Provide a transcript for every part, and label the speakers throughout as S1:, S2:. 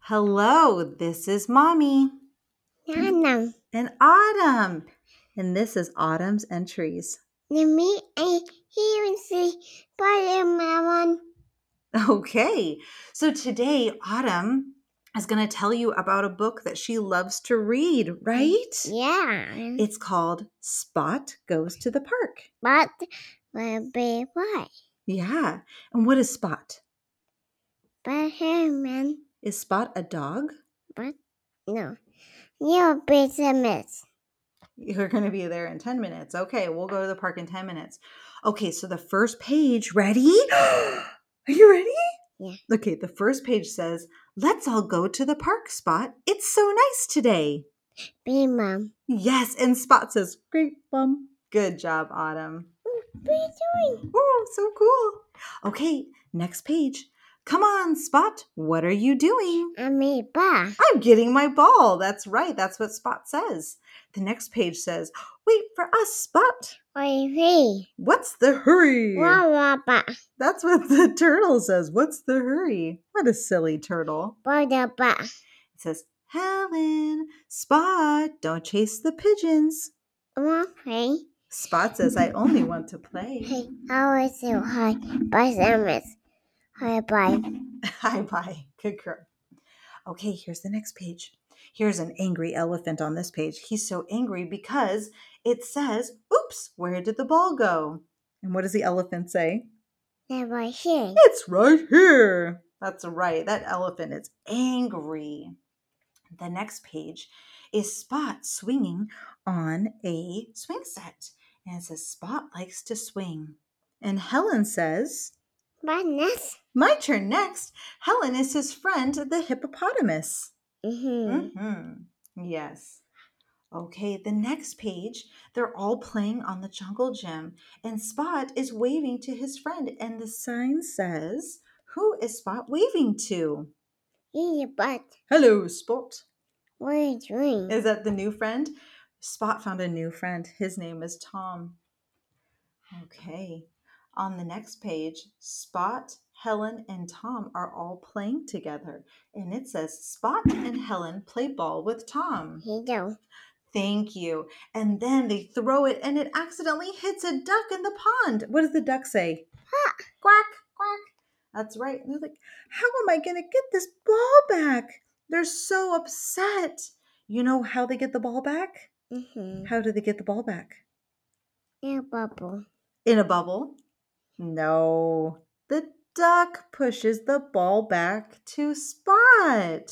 S1: Hello, this is Mommy
S2: Nana,
S1: and Autumn. And this is Autumn's Entries.
S2: Nami, I hear and see Pokemon.
S1: Okay, so today Autumn is going to tell you about a book that she loves to read, right?
S2: Mm-hmm. Yeah.
S1: It's called Spot Goes to the Park.
S2: But will be why?
S1: Yeah. And what is Spot?
S2: Pokemon.
S1: Is Spot a dog?
S2: But no. You'll be the miss.
S1: You're going to be there in 10 minutes. Okay, we'll go to the park in 10 minutes. Okay, so the first page, ready? Are you ready?
S2: Yeah.
S1: Okay, the first page says, Let's all go to the park, Spot. It's so nice today.
S2: Be mom.
S1: Yes, and Spot says, Great, Mom. Good job, Autumn.
S2: What are you doing?
S1: Oh, so cool. Okay, next page. Come on, Spot. What are you doing?
S2: I'm a ba.
S1: I'm getting my ball. That's right. That's what Spot says. The next page says, Wait for us, Spot.
S2: Oi wee.
S1: What's the hurry?
S2: Wah wah ba.
S1: That's what the turtle says. What's the hurry? What a silly turtle.
S2: Boda ba.
S1: It says, Helen, Spot, don't chase the pigeons.
S2: Wah hey.
S1: Spot says, I only want to play.
S2: Hey, how is it? Hi. Bye, Samus. Hi, bye.
S1: Hi, bye. Good girl. Okay, here's the next page. Here's an angry elephant on this page. He's so angry because it says, Oops, where did the ball go? And what does the elephant say?
S2: Never here.
S1: It's right here. That's right. That elephant is angry. The next page is Spot swinging on a swing set. And it says, Spot likes to swing. And Helen says,
S2: Bye, Ness.
S1: My turn next. Helen is his friend, the hippopotamus.
S2: Mm-hmm.
S1: Mm-hmm. Yes. Okay, the next page, they're all playing on the jungle gym, and Spot is waving to his friend, and the sign says, Who is Spot waving to?
S2: Yeah, but
S1: Hello, Spot.
S2: what are you doing?
S1: Is that the new friend? Spot found a new friend. His name is Tom. Okay. On the next page, Spot, Helen, and Tom are all playing together. And it says, Spot and Helen play ball with Tom.
S2: He do.
S1: Thank you. And then they throw it and it accidentally hits a duck in the pond. What does the duck say? Quack, quack. That's right. And they're like, how am I going to get this ball back? They're so upset. You know how they get the ball back?
S2: Mm-hmm.
S1: How do they get the ball back?
S2: Yeah, bubble.
S1: In a bubble? No. The duck pushes the ball back to Spot.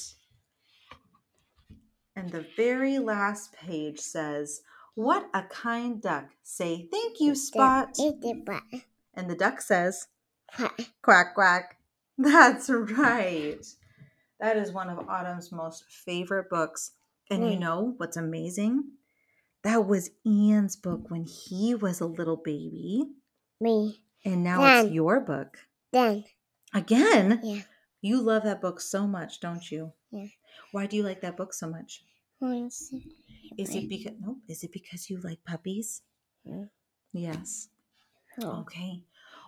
S1: And the very last page says, What a kind duck. Say thank you, Spot.
S2: It's the butt.
S1: And the duck says,
S2: Butt.
S1: Quack, quack. That's right. That is one of Autumn's most favorite books. And you
S2: Mm.
S1: know what's amazing? That was Ian's book when he was a little baby.
S2: Me.
S1: And now it's
S2: Dad.
S1: your book.
S2: Then.
S1: Again?
S2: Um, Yeah.
S1: You love that book so much, don't you?
S2: Yeah.
S1: Why do you like that book so much?
S2: Once.
S1: Is it because no, is it because you like puppies?
S2: Yeah.
S1: Yes.
S2: Oh.
S1: Okay.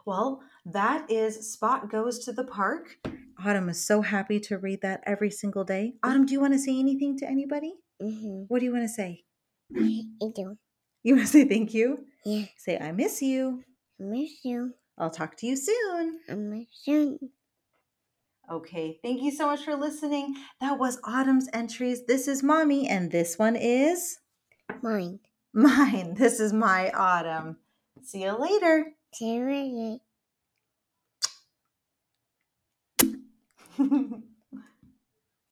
S1: Well, that is Spot Goes to the Park. Autumn is so happy to read that every single day. Autumn, do you want to say anything to anybody?
S2: Mm-hmm.
S1: What do you want to say?
S2: He do.
S1: You want to say thank you?
S2: Yeah.
S1: Say I miss you.
S2: I miss you.
S1: I'll talk to you soon.
S2: I miss you.
S1: Okay, thank you so much for listening. That was Autumn's entries. This is Mommy, and this one is
S2: Mine.
S1: mine. This is my Autumn. See you later.
S2: Seriously.